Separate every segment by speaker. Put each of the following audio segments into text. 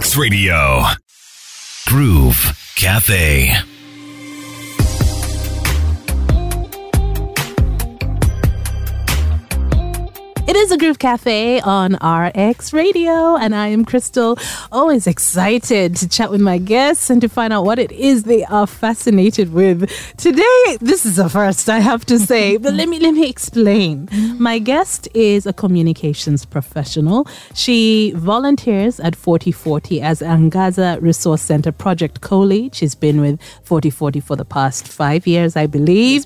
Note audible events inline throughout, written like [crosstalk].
Speaker 1: X Radio. Groove Cafe.
Speaker 2: It is a Groove Cafe on RX Radio, and I am Crystal. Always excited to chat with my guests and to find out what it is they are fascinated with. Today, this is a first, I have to say, but let me let me explain. My guest is a communications professional. She volunteers at 4040 as Angaza Resource Center Project Co-lead. She's been with 4040 for the past five years, I believe.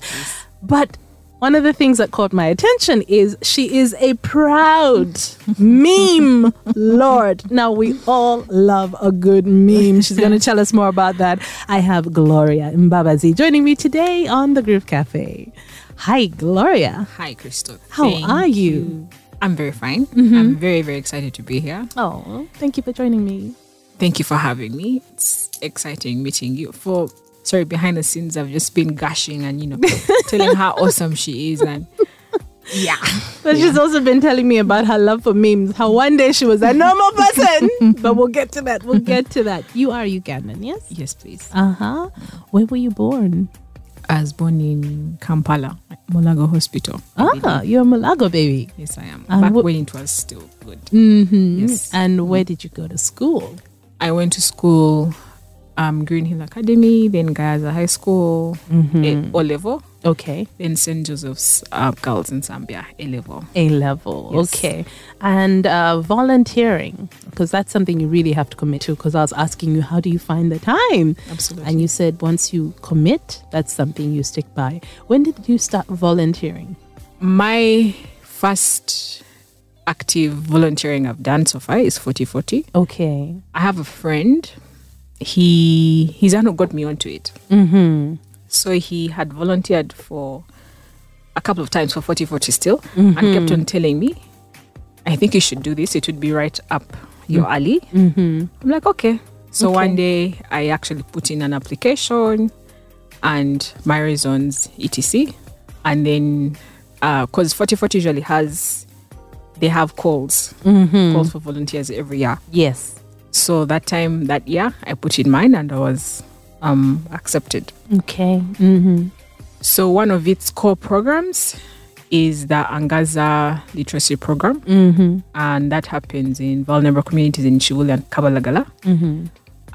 Speaker 2: but one of the things that caught my attention is she is a [laughs] proud meme lord. Now, we all love a good meme. She's going to tell us more about that. I have Gloria Mbabazi joining me today on the Groove Cafe. Hi, Gloria.
Speaker 3: Hi, Crystal.
Speaker 2: How are you? Mm-hmm.
Speaker 3: I'm very fine. I'm very, very excited to be here.
Speaker 2: Oh, thank you for joining me.
Speaker 3: Thank you for having me. It's exciting meeting you. For sorry, behind the scenes, I've just been gushing and
Speaker 2: [laughs]
Speaker 3: you know telling how awesome she is, and yeah,
Speaker 2: But she's also been telling me about her love for memes, how one day she was a normal [laughs] person. but we'll get to that. We'll get to that. You are Ugandan, yes?
Speaker 3: yes, please.
Speaker 2: Uh huh. Where were you born?
Speaker 3: I was born in Kampala, Molago Hospital.
Speaker 2: Ah, you're a Malago baby.
Speaker 3: Yes, I am.
Speaker 2: And
Speaker 3: Back
Speaker 2: what-
Speaker 3: when it was still good.
Speaker 2: Mm-hmm.
Speaker 3: Yes.
Speaker 2: And where did you go to school?
Speaker 3: I went to school, um, Green Hill Academy, then Gaza High School,
Speaker 2: Mm-hmm.
Speaker 3: eh, O level,
Speaker 2: Okay.
Speaker 3: then St. Joseph's uh, Girls in Zambia, A level.
Speaker 2: A level.
Speaker 3: Yes.
Speaker 2: Okay. And uh, volunteering, because that's something you really have to commit to. Because I was asking you, how do you find the time?
Speaker 3: Absolutely.
Speaker 2: And you said once you commit, that's something you stick by. When did you start volunteering?
Speaker 3: my first active volunteering I've done so far is 4040.
Speaker 2: Okay.
Speaker 3: I have a friend. He he's the one who got me onto it.
Speaker 2: Mm-hmm.
Speaker 3: So he had volunteered for a couple of times for 4040 still and
Speaker 2: Mm-hmm.
Speaker 3: kept on telling me, I think you should do this. It would be right up your alley.
Speaker 2: Mm-hmm.
Speaker 3: I'm like, okay. So
Speaker 2: Okay.
Speaker 3: one day I actually put in an application and my reasons, etc. And then, uh, because 4040 usually has, they have calls,
Speaker 2: Mm-hmm.
Speaker 3: calls for volunteers every year.
Speaker 2: Yes.
Speaker 3: So that time, that year, I put in mine and I was um, accepted.
Speaker 2: Okay.
Speaker 3: Mm,
Speaker 2: Mm-hmm.
Speaker 3: So one of its core programs is the Angaza Literacy Program,
Speaker 2: Mm-hmm.
Speaker 3: and that happens in vulnerable communities in Chivuli and Kabalagala.
Speaker 2: Mm-hmm.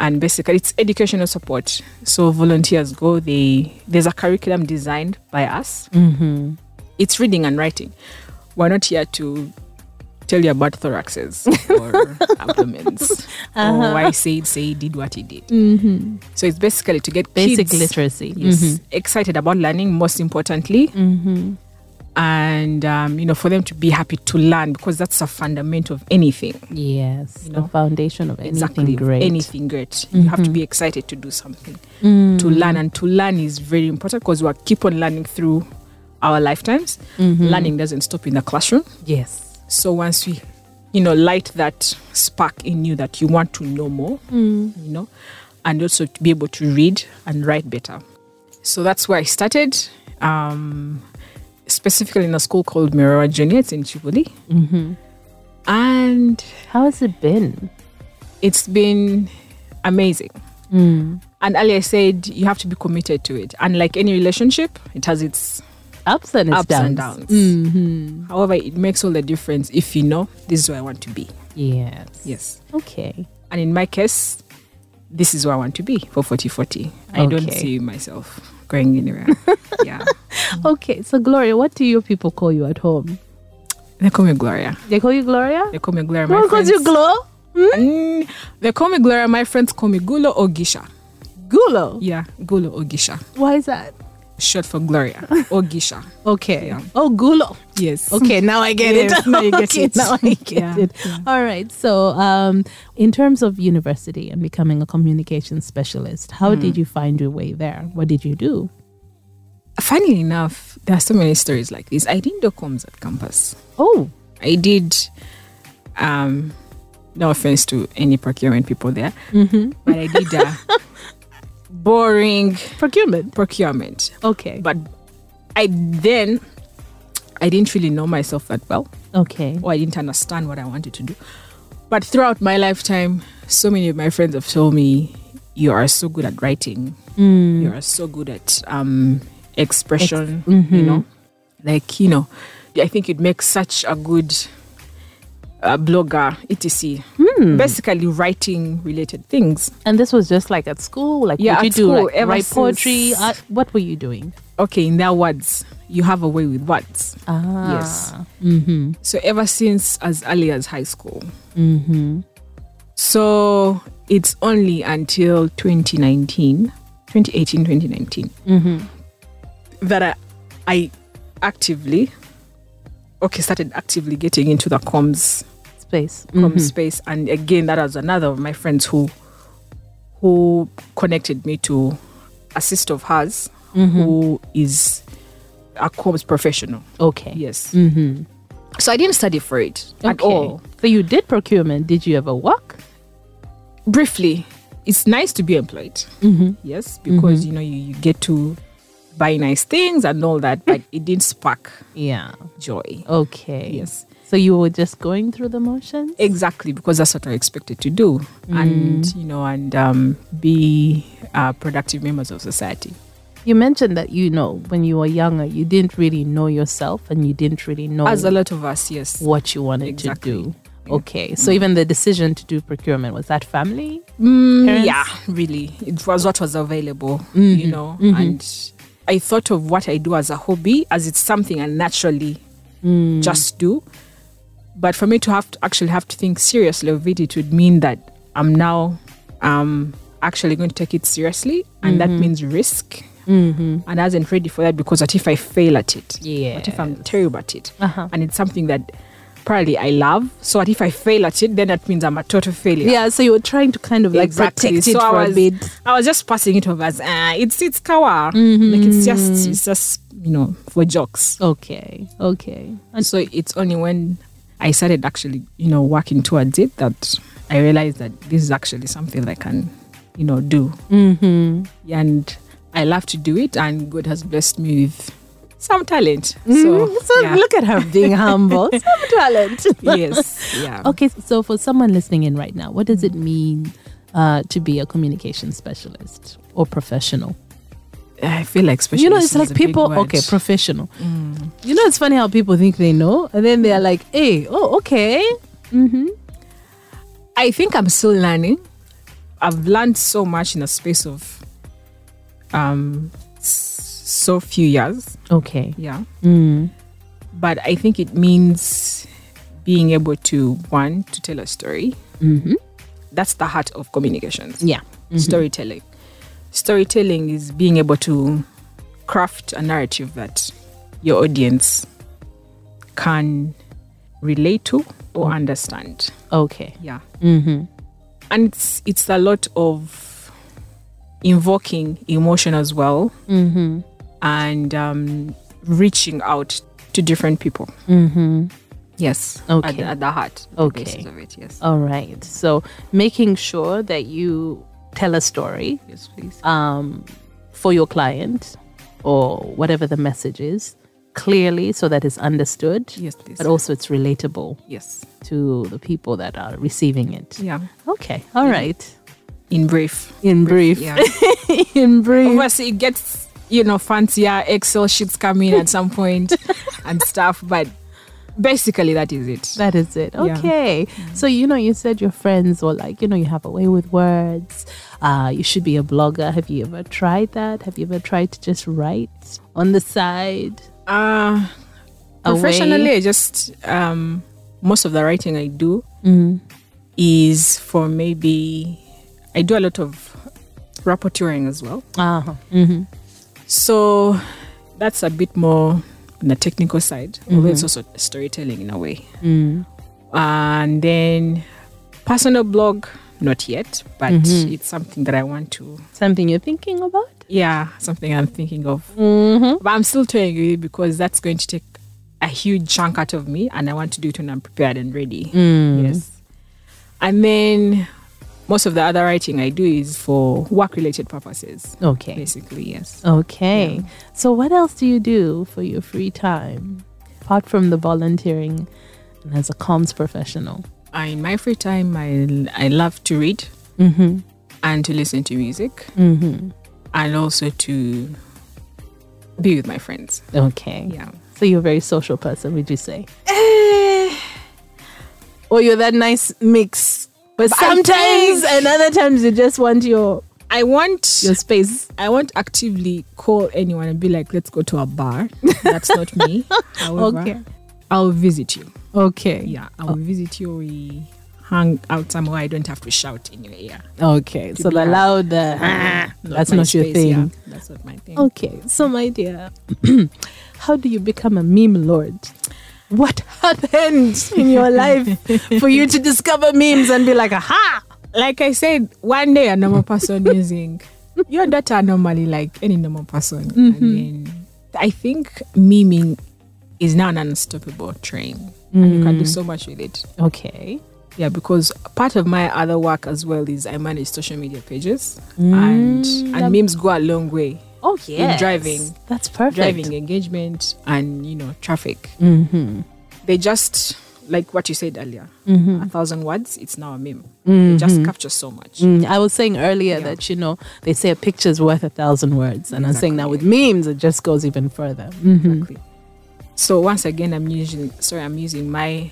Speaker 3: and basically it's educational support so volunteers go they there's a curriculum designed by us
Speaker 2: Mm-hmm.
Speaker 3: it's reading and writing we're not here to tell you about
Speaker 2: [laughs]
Speaker 3: thoraxes or abdomens or why said say did what he did
Speaker 2: Uh-huh. Mm-hmm.
Speaker 3: so it's basically to get
Speaker 2: Basic
Speaker 3: kids, Mm-hmm.
Speaker 2: literacy.
Speaker 3: yes, excited about learning most importantly
Speaker 2: Mm-hmm.
Speaker 3: and um, you know for them to be happy to learn because that's a fundament of anything
Speaker 2: Yes,
Speaker 3: You
Speaker 2: the
Speaker 3: know?
Speaker 2: foundation of anything
Speaker 3: exactly
Speaker 2: great. Mm-hmm.
Speaker 3: anything great you have to be excited to do something
Speaker 2: Mm.
Speaker 3: to learn and to learn is very important because we'll keep on learning through our lifetimes
Speaker 2: Mm-hmm.
Speaker 3: learning doesn't stop in the classroom
Speaker 2: Yes.
Speaker 3: so once we you know light that spark in you that you want to know more you know and also to be able to read and write better so that's where i started um specifically in a school called Mirora Junior it's in Chibuli
Speaker 2: Mm-hmm.
Speaker 3: and
Speaker 2: How has it been?
Speaker 3: it's been amazing And earlier I said you have to be committed to it. And like any relationship, it has its
Speaker 2: Ups and it's
Speaker 3: ups
Speaker 2: downs. Mm-hmm.
Speaker 3: and downs. However, it makes all the difference if you know this is where I want to be.
Speaker 2: Yes.
Speaker 3: Yes.
Speaker 2: Okay.
Speaker 3: And in my case, this is where I want to be for 4040. I don't
Speaker 2: Okay.
Speaker 3: see myself going anywhere.
Speaker 2: [laughs]
Speaker 3: yeah.
Speaker 2: Okay. So Gloria, what do your people call you at home?
Speaker 3: They call me Gloria.
Speaker 2: They call you Gloria?
Speaker 3: They call me Gloria.
Speaker 2: No
Speaker 3: My
Speaker 2: one calls
Speaker 3: friends,
Speaker 2: you Glo?
Speaker 3: Mm, they call me Gloria. My friends call me Gulo or Gisha.
Speaker 2: Gulo.
Speaker 3: Yeah, Gulo or Gisha.
Speaker 2: Why is that?
Speaker 3: Short for Gloria or
Speaker 2: [laughs]
Speaker 3: Gisha.
Speaker 2: Okay.
Speaker 3: Yeah.
Speaker 2: Oh Gulo.
Speaker 3: Yes.
Speaker 2: Okay, now I get
Speaker 3: Yes,
Speaker 2: it.
Speaker 3: now you
Speaker 2: [laughs]
Speaker 3: get
Speaker 2: Okay,
Speaker 3: it.
Speaker 2: Now I get
Speaker 3: Yeah,
Speaker 2: it. All right. So, um, in terms of university and becoming a communications specialist, how did you find your way there? What did you do?
Speaker 3: Funnily enough, there are so many stories like this. I didn't do comms at campus.
Speaker 2: Oh,
Speaker 3: I did, um, no offense to any procurement people there, but I did uh, boring
Speaker 2: procurement.
Speaker 3: procurement.
Speaker 2: Okay.
Speaker 3: But I then, I didn't really know myself that well,
Speaker 2: Okay.
Speaker 3: or I didn't understand what I wanted to do. But throughout my lifetime, so many of my friends have told me, "You are so good at writing. You are so good at um, expression. You know, like you know, I think you'd make such a good uh, blogger, etc. Basically, writing related things.
Speaker 2: And this was just like at school, like
Speaker 3: Yeah,
Speaker 2: what you
Speaker 3: at
Speaker 2: do,
Speaker 3: school,
Speaker 2: like,
Speaker 3: ever
Speaker 2: write poetry.
Speaker 3: since-
Speaker 2: Art, what were you doing?
Speaker 3: Okay, in their words, you have a way with words.
Speaker 2: Ah,
Speaker 3: Yes. Mm-hmm. So ever since as early as high school. So it's only until 2019, 2018, 2019 that I, I actively, okay, started actively getting into the comms,
Speaker 2: space. Mm,
Speaker 3: comms space. And again, that was another of my friends who, who connected me to a sister of hers
Speaker 2: Mm-hmm.
Speaker 3: who is a comms professional.
Speaker 2: Okay. Mm-hmm.
Speaker 3: Yes. So I didn't study for it at
Speaker 2: Okay.
Speaker 3: all.
Speaker 2: So you did procurement. Did you ever work?
Speaker 3: Briefly, it's nice to be employed.
Speaker 2: Mm-hmm.
Speaker 3: Yes, because you know you, you get to buy nice things and all that, but it didn't spark
Speaker 2: Yeah.
Speaker 3: joy.
Speaker 2: Okay.
Speaker 3: Yes.
Speaker 2: So you were just going through the motions?
Speaker 3: Exactly, because that's what I expected to do,
Speaker 2: Mm.
Speaker 3: and you know, and um, be uh, productive members of society.
Speaker 2: You mentioned that you know when you were younger, you didn't really know yourself and you didn't really know
Speaker 3: As a lot of us, yes,
Speaker 2: what you wanted
Speaker 3: Exactly.
Speaker 2: to do. Okay. So even the decision to do procurement was that family?
Speaker 3: Mm,
Speaker 2: parents? Mm-hmm.
Speaker 3: yeah, really, it was what was available, you know, and I thought of what I do as a hobby, as it's something I naturally
Speaker 2: Mm.
Speaker 3: just do. But for me to have to actually have to think seriously of it, it would mean that I'm now um, actually going to take it seriously, and that means risk. Mm-hmm. And I wasn't ready for that because what if I fail at it? What if I'm terrible at it?
Speaker 2: Uh-huh.
Speaker 3: And it's something that probably I love. So what if I fail at it? Then that means I'm a total failure.
Speaker 2: Yeah, so you were trying to kind of like protect it
Speaker 3: So I
Speaker 2: for
Speaker 3: was,
Speaker 2: a bit.
Speaker 3: I was just passing it over as ah, it's it's kawa.
Speaker 2: Mm-hmm.
Speaker 3: Like it's just it's just you know for jokes.
Speaker 2: Okay. Okay.
Speaker 3: And so it's only when I started actually you know working towards it that I realized that this is actually something that I can you know do. Mm-hmm. And I love to do it, and God has blessed me with some talent. So,
Speaker 2: Hmm? Mm-hmm. [laughs] So
Speaker 3: yeah.
Speaker 2: look at her being [laughs] humble. Some talent.
Speaker 3: yes, yeah.
Speaker 2: [laughs] Okay, so for someone listening in right now, what does it mean uh, to be a communication specialist or professional?
Speaker 3: I feel like special.
Speaker 2: you know, it's like people, okay, professional.
Speaker 3: Mm.
Speaker 2: You know, it's funny how people think they know, and then they're like, hey, oh, okay.
Speaker 3: I think I'm still learning. I've learned so much in a space of um s- so few years.
Speaker 2: Okay.
Speaker 3: Yeah. But I think it means being able to one to tell a story. Mm-hmm. That's the heart of communications.
Speaker 2: Yeah.
Speaker 3: Storytelling. Storytelling is being able to craft a narrative that your audience can relate to or understand.
Speaker 2: Okay.
Speaker 3: Yeah. Mm-hmm. And it's it's a lot of invoking emotion as well, mm-hmm. and um, reaching out to different people. Mm-hmm. Yes. At,
Speaker 2: Okay.
Speaker 3: the- at the heart. at the
Speaker 2: Okay.
Speaker 3: basis of it. Yes.
Speaker 2: All right. So making sure that you tell a story
Speaker 3: Yes, please.
Speaker 2: um, for your client or whatever the message is clearly so that it's understood,
Speaker 3: yes, please.
Speaker 2: but also it's relatable
Speaker 3: yes.
Speaker 2: to the people that are receiving it.
Speaker 3: Yeah.
Speaker 2: Okay. all right.
Speaker 3: In brief.
Speaker 2: In brief.
Speaker 3: Yeah. Oh,
Speaker 2: In brief.
Speaker 3: Obviously, it gets you know fancier. Excel sheets come in at some point and stuff, but basically that is it.
Speaker 2: That is it.
Speaker 3: Yeah. Mm.
Speaker 2: Okay. So, you know, you said your friends were like, you know, you have a way with words. Uh, you should be a blogger. Have you ever tried that? Have you ever tried to just write on the side?
Speaker 3: Uh,
Speaker 2: Away?
Speaker 3: professionally, I just um, most of the writing I do is for maybe I do a lot of rapporteuring as well.
Speaker 2: Uh-huh.
Speaker 3: So that's a bit more on the technical side, although it's also storytelling in a way. And then personal blog, not yet, but it's something that I want to.
Speaker 2: Something you're thinking about?
Speaker 3: Yeah, something I'm thinking of. But I'm still toying with it because that's going to take a huge chunk out of me, and I want to do it when I'm prepared and ready. Yes. And then most of the other writing I do is for work related purposes,
Speaker 2: Okay.
Speaker 3: basically, yes.
Speaker 2: Okay. So, what else do you do for your free time apart from the volunteering and as a comms professional?
Speaker 3: uh, in my free time, I, I love to read and to listen to music and also to be with my friends.
Speaker 2: Okay.
Speaker 3: Yeah.
Speaker 2: So you're a very social person, would you say? or Oh, you're that nice mix. But
Speaker 3: I
Speaker 2: sometimes
Speaker 3: think-
Speaker 2: and other times you just want your
Speaker 3: I want
Speaker 2: your space.
Speaker 3: I won't actively call anyone and be like, let's go to a bar. That's not me.
Speaker 2: [laughs]
Speaker 3: However,
Speaker 2: Okay.
Speaker 3: I'll visit you.
Speaker 2: Okay.
Speaker 3: Yeah, I'll visit you. We hang out somewhere. I don't have to shout in your ear.
Speaker 2: Okay. So
Speaker 3: be
Speaker 2: the
Speaker 3: loud.
Speaker 2: loud uh, ah, that's
Speaker 3: my
Speaker 2: not your
Speaker 3: space,
Speaker 2: thing.
Speaker 3: yeah. That's not my thing.
Speaker 2: Okay, so my dear, [clears throat] how do you become a meme lord? What happened in
Speaker 3: [laughs]
Speaker 2: your life for you to discover memes and be like, aha?
Speaker 3: Like I said, one day a normal
Speaker 2: [laughs]
Speaker 3: person using your data normally like any normal person.
Speaker 2: Mm-hmm.
Speaker 3: And then I think memeing is now an unstoppable train. And you
Speaker 2: Mm.
Speaker 3: can do so much with it.
Speaker 2: Okay.
Speaker 3: Yeah, because part of my other work as well is I manage social media pages, and and memes go a long way,
Speaker 2: Oh yeah.
Speaker 3: driving.
Speaker 2: That's perfect.
Speaker 3: driving engagement and you know traffic. Mm-hmm. They just like what you said earlier, a thousand words, it's now a meme. They just capture so much.
Speaker 2: Mm, I was saying earlier that you know they say a picture's worth a thousand words, and I'm saying now with memes it just goes even further. Mm.
Speaker 3: Exactly. So once again, I'm using sorry, I'm using my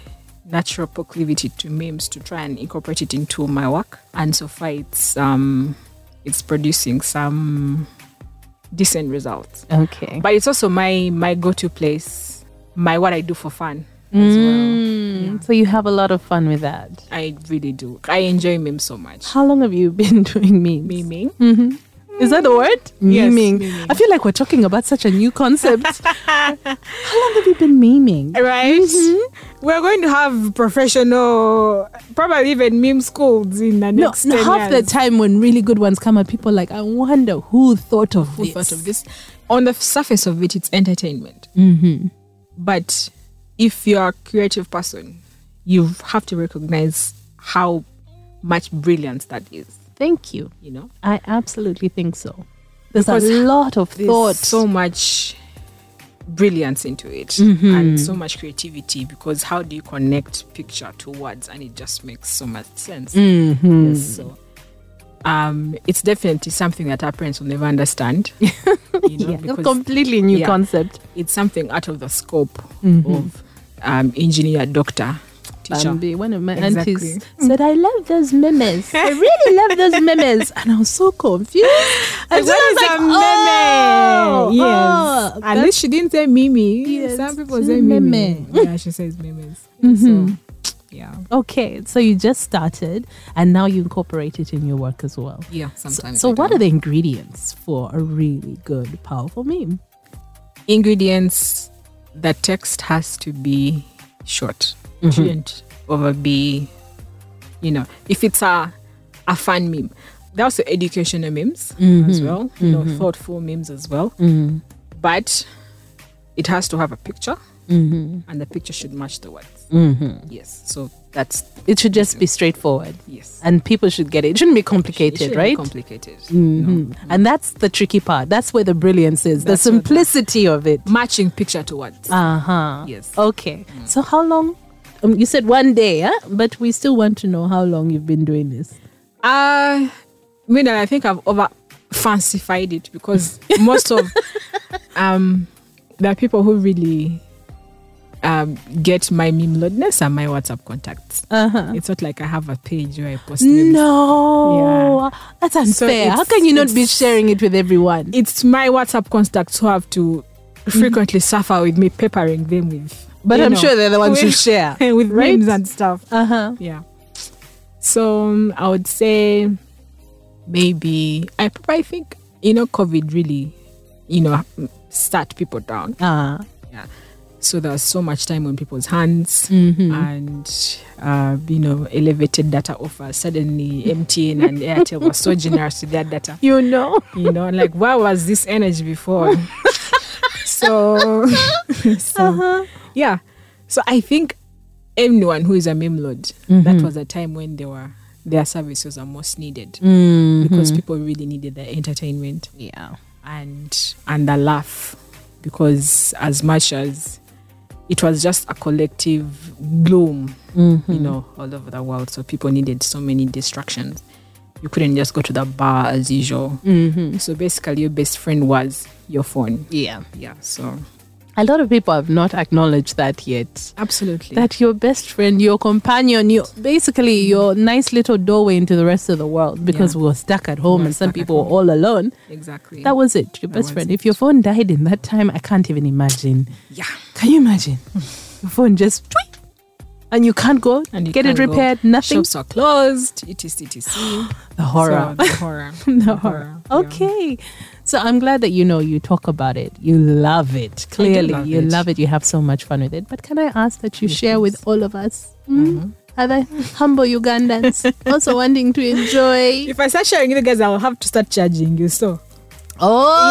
Speaker 3: natural proclivity to memes to try and incorporate it into my work, and so far it's um it's producing some decent results.
Speaker 2: Okay.
Speaker 3: but it's also my my go-to place my what i do for fun as well
Speaker 2: Mm, So you have a lot of fun with that.
Speaker 3: Yeah, i really do i enjoy memes so much
Speaker 2: How long have you [laughs] been doing memes?
Speaker 3: memeing
Speaker 2: Is that the word?
Speaker 3: Yes,
Speaker 2: Memeing.
Speaker 3: memeing.
Speaker 2: I feel like we're talking about such a new concept.
Speaker 3: [laughs]
Speaker 2: How long have you been memeing?
Speaker 3: [laughs] right
Speaker 2: Mm-hmm.
Speaker 3: we're going to have professional probably even meme schools in the
Speaker 2: No,
Speaker 3: next
Speaker 2: no,
Speaker 3: 10
Speaker 2: half the
Speaker 3: years.
Speaker 2: time when really good ones come out, people are like, I wonder who thought of
Speaker 3: who
Speaker 2: this.
Speaker 3: thought of this on the surface of it it's entertainment
Speaker 2: Mm-hmm.
Speaker 3: but if you're a creative person you have to recognize how much brilliance that is
Speaker 2: Thank you.
Speaker 3: you know
Speaker 2: I absolutely think so. There's
Speaker 3: Because
Speaker 2: a lot of
Speaker 3: there's
Speaker 2: thought.
Speaker 3: so much brilliance into it
Speaker 2: Mm-hmm.
Speaker 3: and so much creativity because how do you connect picture to words and it just makes so much sense
Speaker 2: Mm-hmm.
Speaker 3: Yes, so um it's definitely something that our parents will never understand [laughs] you know,
Speaker 2: yeah, a
Speaker 3: because
Speaker 2: completely new
Speaker 3: yeah.
Speaker 2: concept.
Speaker 3: it's something out of the scope
Speaker 2: Mm-hmm.
Speaker 3: of um engineer doctor teacher
Speaker 2: Bambi, one of my
Speaker 3: Exactly.
Speaker 2: aunties said, I love those memes. I really love those memes. And I was so
Speaker 3: [laughs]
Speaker 2: confused. And
Speaker 3: What is a meme? yes.
Speaker 2: oh,
Speaker 3: At least she didn't say mimi.
Speaker 2: Yes,
Speaker 3: Some people
Speaker 2: she
Speaker 3: say
Speaker 2: said
Speaker 3: mimi.
Speaker 2: meme. Mm-hmm.
Speaker 3: Yeah, she says memes. So, yeah.
Speaker 2: Okay, so you just started and now you incorporate it in your work as well.
Speaker 3: Yeah,
Speaker 2: So,
Speaker 3: sometimes.
Speaker 2: so what are the ingredients for a really good, powerful meme?
Speaker 3: ingredients? The text has to be short.
Speaker 2: Mm-hmm.
Speaker 3: It shouldn't over be, you know, if it's a, a fun meme. There are also educational memes as
Speaker 2: Mm-hmm.
Speaker 3: well, you know, thoughtful memes as well. But it has to have a picture
Speaker 2: Mm-hmm.
Speaker 3: and the picture should match the words. Yes. So that's,
Speaker 2: It should just be straightforward
Speaker 3: yes.
Speaker 2: and people should get it. It shouldn't be
Speaker 3: It
Speaker 2: complicated,
Speaker 3: shouldn't be
Speaker 2: right?
Speaker 3: Complicated.
Speaker 2: Mhm. And that's the tricky part. That's where the brilliance is,
Speaker 3: That's
Speaker 2: the
Speaker 3: where the-
Speaker 2: simplicity of it.
Speaker 3: Matching picture to words.
Speaker 2: Uh huh.
Speaker 3: Yes.
Speaker 2: Okay. So how long? Um, you said one day, yeah? but we still want to know how long you've been doing this.
Speaker 3: Uh, mean I think I've over fancified it
Speaker 2: [laughs]
Speaker 3: because most of um there are people who really um get my meme loadness and my WhatsApp contacts.
Speaker 2: Uh-huh.
Speaker 3: It's not like I have a page where I post memes.
Speaker 2: No, that's unfair. How
Speaker 3: it's-
Speaker 2: can you not be
Speaker 3: it's-
Speaker 2: sharing it with everyone?
Speaker 3: It's my WhatsApp contacts who have to frequently suffer with me peppering them with
Speaker 2: Mm-hmm. But
Speaker 3: you
Speaker 2: I'm
Speaker 3: know,
Speaker 2: sure they're the ones who
Speaker 3: with-
Speaker 2: share.
Speaker 3: [laughs] with
Speaker 2: right?
Speaker 3: memes and stuff.
Speaker 2: Uh huh.
Speaker 3: Yeah. So um, I would say maybe I probably think you know COVID really you know sat people down.
Speaker 2: Uh,
Speaker 3: Yeah. So there was so much time on people's hands and uh, you know elevated data offers. Suddenly MTN and Airtel were so generous with their data.
Speaker 2: you know.
Speaker 3: You know, like where was this energy before? [laughs] so so
Speaker 2: Uh-huh.
Speaker 3: yeah. So I think anyone who is a meme lord, that
Speaker 2: Mm-hmm.
Speaker 3: was a time when they were their services are most needed
Speaker 2: Mm-hmm.
Speaker 3: because people really needed the entertainment
Speaker 2: Yeah.
Speaker 3: and and the laugh because as much as it was just a collective gloom,
Speaker 2: Mm-hmm.
Speaker 3: you know, all over the world. So people needed so many distractions. You couldn't just go to the bar as usual.
Speaker 2: Mm-hmm.
Speaker 3: So basically, your best friend was your phone.
Speaker 2: Yeah.
Speaker 3: Yeah. So
Speaker 2: A lot of people have not acknowledged that yet.
Speaker 3: absolutely.
Speaker 2: That your best friend, your companion, your basically your nice little doorway into the rest of the world because
Speaker 3: Yeah.
Speaker 2: we were stuck at home
Speaker 3: were
Speaker 2: and some
Speaker 3: stuck at
Speaker 2: people were
Speaker 3: home.
Speaker 2: all alone.
Speaker 3: exactly.
Speaker 2: That was it, your
Speaker 3: That
Speaker 2: best
Speaker 3: was
Speaker 2: friend.
Speaker 3: it.
Speaker 2: If your phone died in that time, I can't even imagine.
Speaker 3: yeah.
Speaker 2: Can you imagine? your phone just tweet, and you can't go
Speaker 3: you
Speaker 2: get it
Speaker 3: can't go.
Speaker 2: repaired, nothing.
Speaker 3: Shops are closed. It is. It is.
Speaker 2: The [gasps] horror.
Speaker 3: So, the
Speaker 2: [laughs]
Speaker 3: horror.
Speaker 2: the horror.
Speaker 3: yeah.
Speaker 2: Okay. So I'm glad that you know you talk about it. You love it. Clearly,
Speaker 3: love
Speaker 2: you
Speaker 3: it.
Speaker 2: love it. You have so much fun with it. But can I ask that you share with all of us? Mm? Other humble [laughs] Ugandans also wanting to enjoy.
Speaker 3: If I start sharing with you guys, I'll have to start charging you. So
Speaker 2: Oh,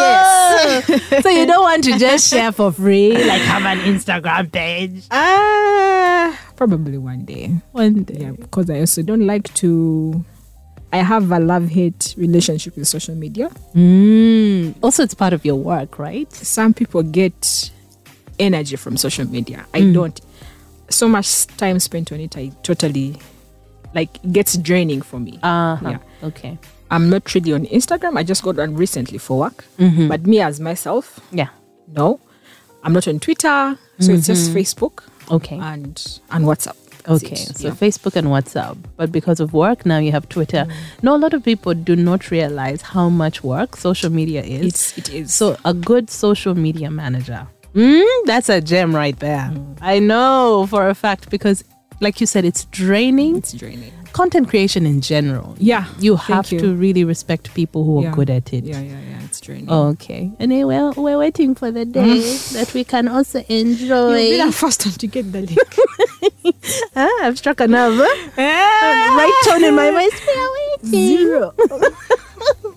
Speaker 2: yes. [laughs] so you don't want to just share for free, like have an Instagram page.
Speaker 3: ah, probably one day.
Speaker 2: One day.
Speaker 3: Yeah, because I also don't like to. I have a love hate relationship with social media.
Speaker 2: Mm. Also, it's part of your work, right?
Speaker 3: Some people get energy from social
Speaker 2: Mm.
Speaker 3: media. I don't. So much time spent on it, I totally like it gets draining for me.
Speaker 2: Uh
Speaker 3: Yeah.
Speaker 2: Okay.
Speaker 3: I'm not really on Instagram. I just got on recently for work.
Speaker 2: Mm-hmm.
Speaker 3: But me as myself,
Speaker 2: Yeah.
Speaker 3: no. I'm not on Twitter, so it's just Facebook
Speaker 2: Okay.
Speaker 3: and and WhatsApp. That's
Speaker 2: Mm-hmm. Okay,
Speaker 3: it.
Speaker 2: so
Speaker 3: Yeah.
Speaker 2: Facebook and WhatsApp, but because of work now you have Twitter.
Speaker 3: Mm.
Speaker 2: No, a lot of people do not realize how much work social media is.
Speaker 3: it's it is
Speaker 2: so a good social media manager, mm, that's a gem right there.
Speaker 3: Mm.
Speaker 2: I know for a fact because, like you said, it's draining.
Speaker 3: it's draining.
Speaker 2: Content creation in general,
Speaker 3: Yeah,
Speaker 2: you
Speaker 3: thank
Speaker 2: have
Speaker 3: you.
Speaker 2: to really respect people who
Speaker 3: Yeah.
Speaker 2: are good at it.
Speaker 3: Yeah, yeah, yeah. It's draining.
Speaker 2: Okay, and eh, well, we're waiting for the day that we can also enjoy.
Speaker 3: the first one to get the
Speaker 2: [laughs]
Speaker 3: link. [laughs]
Speaker 2: Ah, I've struck a nerve. [laughs] huh? right tone in my voice. Ah. We are waiting. Zero. [laughs]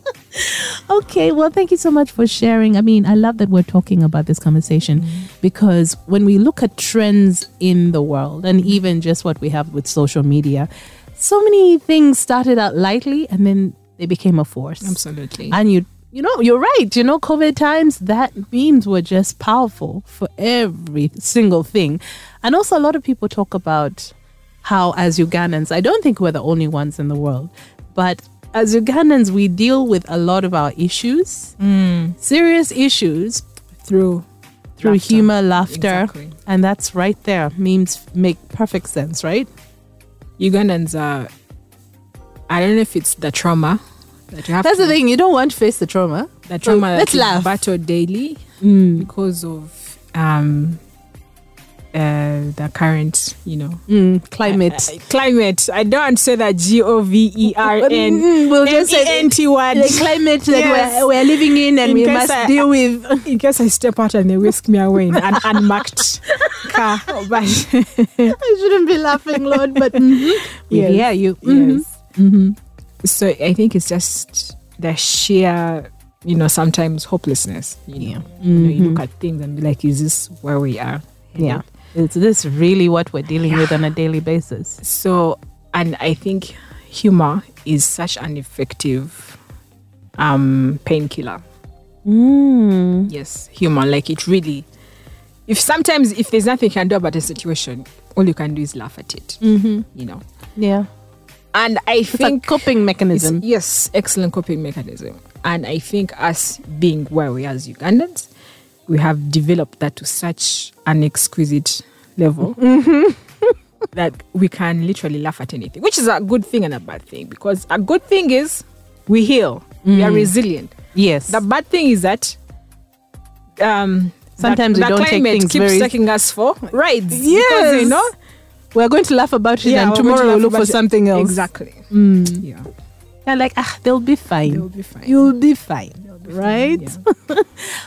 Speaker 2: okay, well, thank you so much for sharing. I mean, I love that we're talking about this conversation because when we look at trends in the world and even just what we have with social media, so many things started out lightly and then they became a force.
Speaker 3: Absolutely.
Speaker 2: And you you know, you're right. You know, COVID times, that memes were just powerful for every single thing. And also a lot of people talk about how as Ugandans, I don't think we're the only ones in the world, but as Ugandans we deal with a lot of our issues, serious issues
Speaker 3: Through
Speaker 2: through
Speaker 3: Mm. Laughter.
Speaker 2: humor, laughter.
Speaker 3: Exactly.
Speaker 2: And that's right there. Memes make perfect sense, right?
Speaker 3: Ugandans are I don't know if it's the trauma that you have
Speaker 2: That's
Speaker 3: to,
Speaker 2: the thing, you don't want to face the trauma.
Speaker 3: the trauma
Speaker 2: Let's
Speaker 3: that you
Speaker 2: laugh.
Speaker 3: battle daily because of um uh the current, you know, uh,
Speaker 2: Mm, climate.
Speaker 3: [laughs] climate. I don't want to say that G O V E R
Speaker 2: [laughs] Mm,
Speaker 3: E N.
Speaker 2: we'll just say-
Speaker 3: N-E-N-T word. [laughs]
Speaker 2: the climate that
Speaker 3: Yes.
Speaker 2: we're, we're living in and
Speaker 3: In
Speaker 2: we
Speaker 3: case
Speaker 2: must
Speaker 3: I-
Speaker 2: deal
Speaker 3: [laughs]
Speaker 2: with.
Speaker 3: In case I step out and they whisk me away in an unmarked
Speaker 2: [laughs]
Speaker 3: car,
Speaker 2: Oh,
Speaker 3: but
Speaker 2: I shouldn't be laughing, Lord, but [laughs] mhm.
Speaker 3: mm-hmm. Yes.
Speaker 2: yeah, you. mhm.
Speaker 3: Yes. So I think it's just the sheer, you know, sometimes hopelessness. You know, you, know you look at things and be like, is this where we are?
Speaker 2: Mm-hmm. Yeah. Is this really what we're dealing with on a daily basis?
Speaker 3: So, and I think humor is such an effective um, painkiller. Yes, humor. Like it really. If sometimes if there's nothing you can do about a situation, all you can do is laugh at it. Mm-hmm. You know,
Speaker 2: Yeah.
Speaker 3: and I
Speaker 2: It's
Speaker 3: think
Speaker 2: a coping
Speaker 3: It's-
Speaker 2: mechanism.
Speaker 3: yes, excellent coping mechanism. And I think us being where we are as Ugandans, we have developed that to such an exquisite level
Speaker 2: Mm-hmm.
Speaker 3: [laughs]
Speaker 2: [laughs]
Speaker 3: that we can literally laugh at anything, which is a good thing and a bad thing because a good thing is we heal, we
Speaker 2: Mm.
Speaker 3: are resilient.
Speaker 2: Yes.
Speaker 3: The bad thing is that um,
Speaker 2: Sometimes we
Speaker 3: the, the
Speaker 2: don't take
Speaker 3: climate
Speaker 2: things
Speaker 3: keeps
Speaker 2: very-
Speaker 3: taking us for rides. because,
Speaker 2: Yes.
Speaker 3: you know.
Speaker 2: we're going to laugh about it and
Speaker 3: we're going to
Speaker 2: tomorrow we'll
Speaker 3: laugh
Speaker 2: look
Speaker 3: about
Speaker 2: for
Speaker 3: it.
Speaker 2: something else. Mm.
Speaker 3: Exactly. Yeah,
Speaker 2: They're like, ah, they'll be fine.
Speaker 3: They'll be fine.
Speaker 2: You'll be fine. right?
Speaker 3: yeah.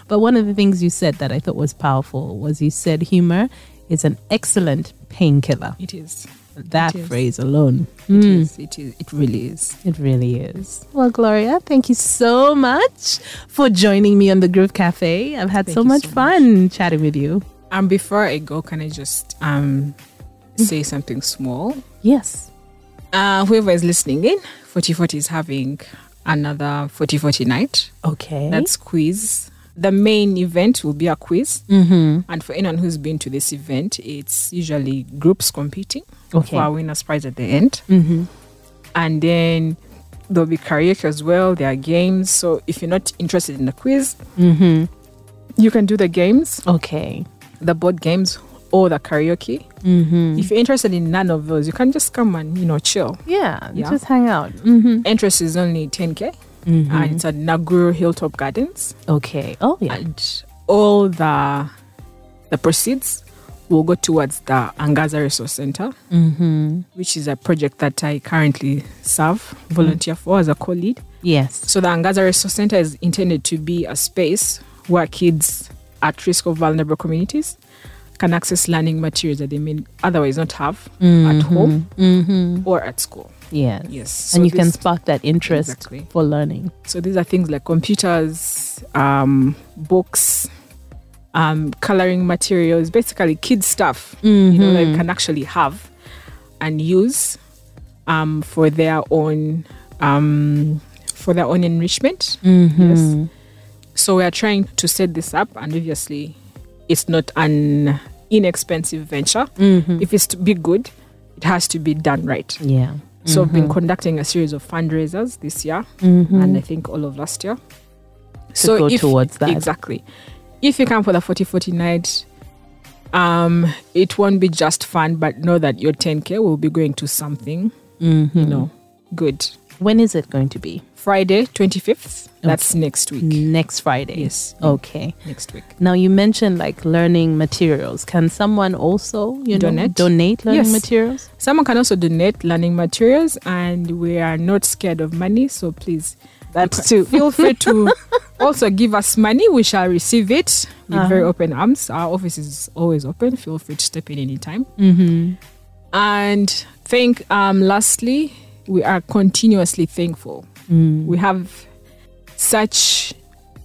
Speaker 2: But one of the things you said that I thought was powerful was you said humor is an excellent painkiller.
Speaker 3: it is.
Speaker 2: That
Speaker 3: is.
Speaker 2: phrase alone.
Speaker 3: It is. It is. It really is.
Speaker 2: It really is. Well, Gloria, thank you so much for joining me on the Groove Cafe. I've had so
Speaker 3: you
Speaker 2: much
Speaker 3: so much.
Speaker 2: fun chatting with you.
Speaker 3: And before I go, can I just um say something small?
Speaker 2: Yes.
Speaker 3: Uh, whoever is listening in, 4040 is having another 4040 night.
Speaker 2: Okay.
Speaker 3: That's quiz The main event will be a quiz. And for anyone who's been to this event, it's usually groups competing
Speaker 2: Okay.
Speaker 3: for a winner's prize at the end. And then there'll be karaoke as well. There are games. So if you're not interested in the quiz, you can do the games,
Speaker 2: Okay.
Speaker 3: the board games, or the karaoke. If you're interested in none of those, you can just come and, you know, chill.
Speaker 2: Yeah,
Speaker 3: Yeah.
Speaker 2: Just hang out. hmm
Speaker 3: Entrance is only 10K. And it's at Naguru Hilltop Gardens.
Speaker 2: Okay. Oh yeah.
Speaker 3: and all the the proceeds will go towards the Angaza Resource Center,
Speaker 2: Mm-hmm.
Speaker 3: which is a project that I currently serve, volunteer for as a co-lead.
Speaker 2: Yes.
Speaker 3: So the Angaza Resource Center is intended to be a space where kids at risk of vulnerable communities can access learning materials that they may otherwise not have
Speaker 2: Mm-hmm.
Speaker 3: at home or at school.
Speaker 2: Yes.
Speaker 3: Yes,
Speaker 2: Mm-hmm. And
Speaker 3: so
Speaker 2: you can
Speaker 3: this-
Speaker 2: spark that interest
Speaker 3: Exactly.
Speaker 2: for learning.
Speaker 3: So these are things like computers, um, books, um, coloring materials, basically kids stuff you know they can actually have and use um, for their own um, for their own enrichment. Yes. So we are trying to set this up, and obviously, it's not an inexpensive venture. If it's to be good, it has to be done right.
Speaker 2: Yeah.
Speaker 3: So I've been
Speaker 2: Mm-hmm.
Speaker 3: conducting a series of fundraisers this year and I think all of last year. so
Speaker 2: go towards that.
Speaker 3: Exactly. If you come for the 40 40 night, um, it won't be just fun, but know that your 10K will be going to something,
Speaker 2: Mm-hmm.
Speaker 3: you know, good.
Speaker 2: When is it going to be?
Speaker 3: Friday, 25th, that's next week.
Speaker 2: Next Friday.
Speaker 3: Yes.
Speaker 2: Okay.
Speaker 3: Next week.
Speaker 2: Now you mentioned like learning materials. Can someone also you know
Speaker 3: Donate?
Speaker 2: donate learning
Speaker 3: Yes.
Speaker 2: materials?
Speaker 3: Someone can also donate learning materials, and we are not scared of money, so please.
Speaker 2: That's
Speaker 3: you can- Feel free to also give us money. We shall receive it with very open arms. Our office is always open. Feel free to step in anytime. And think, um, lastly, we are continuously thankful. We have such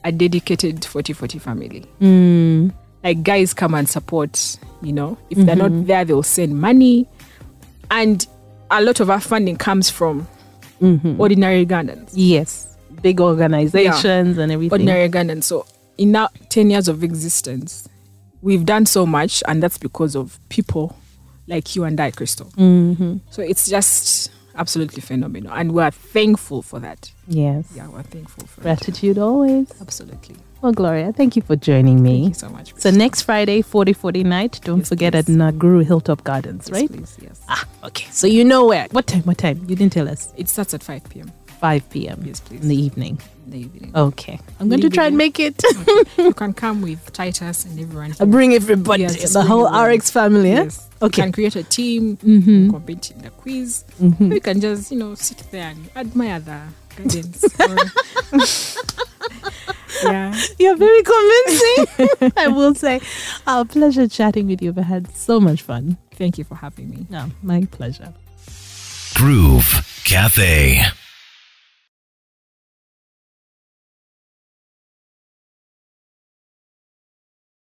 Speaker 3: a dedicated 40 40 family. Like, guys come and support, you know, if they're not there, they'll send money. And a lot of our funding comes from ordinary Ugandans.
Speaker 2: Yes. Big organizations and everything.
Speaker 3: ordinary Ghanaian. So in our 10 years of existence, we've done so much, and that's because of people like you and I, Crystal.
Speaker 2: Mm-hmm.
Speaker 3: So it's just absolutely phenomenal, and we're thankful for that.
Speaker 2: Yes.
Speaker 3: Yeah, we're thankful for that.
Speaker 2: Gratitude always.
Speaker 3: Absolutely.
Speaker 2: Well, Gloria, thank you for joining me.
Speaker 3: Thank you so much.
Speaker 2: So
Speaker 3: Crystal.
Speaker 2: next Friday, 4040 night, don't
Speaker 3: Yes,
Speaker 2: forget
Speaker 3: please.
Speaker 2: at Naguru Hilltop Gardens, right?
Speaker 3: Yes, please, yes.
Speaker 2: Okay. So you know where. What time? What time? You didn't tell us.
Speaker 3: It starts at 5 p.m.
Speaker 2: 5 p.m.
Speaker 3: Yes, please.
Speaker 2: In the evening.
Speaker 3: in the evening.
Speaker 2: Okay. I'm going to
Speaker 3: Leave
Speaker 2: try
Speaker 3: it
Speaker 2: and
Speaker 3: in.
Speaker 2: make [laughs] it.
Speaker 3: You can come with Titus and everyone.
Speaker 2: I'll
Speaker 3: here.
Speaker 2: bring everybody,
Speaker 3: Yeah, just
Speaker 2: the
Speaker 3: bring
Speaker 2: whole
Speaker 3: everyone.
Speaker 2: RX family. eh?
Speaker 3: Yes. You
Speaker 2: Okay.
Speaker 3: can create a team, compete in the quiz.
Speaker 2: Mm-hmm.
Speaker 3: You can just, you know, sit there and admire the [laughs] gardens. Or- yeah.
Speaker 2: You're very [laughs] convincing. I will say. Our pleasure chatting with you. I've had so much fun.
Speaker 3: Thank you for having me.
Speaker 2: No, my pleasure.
Speaker 1: Groove Cafe.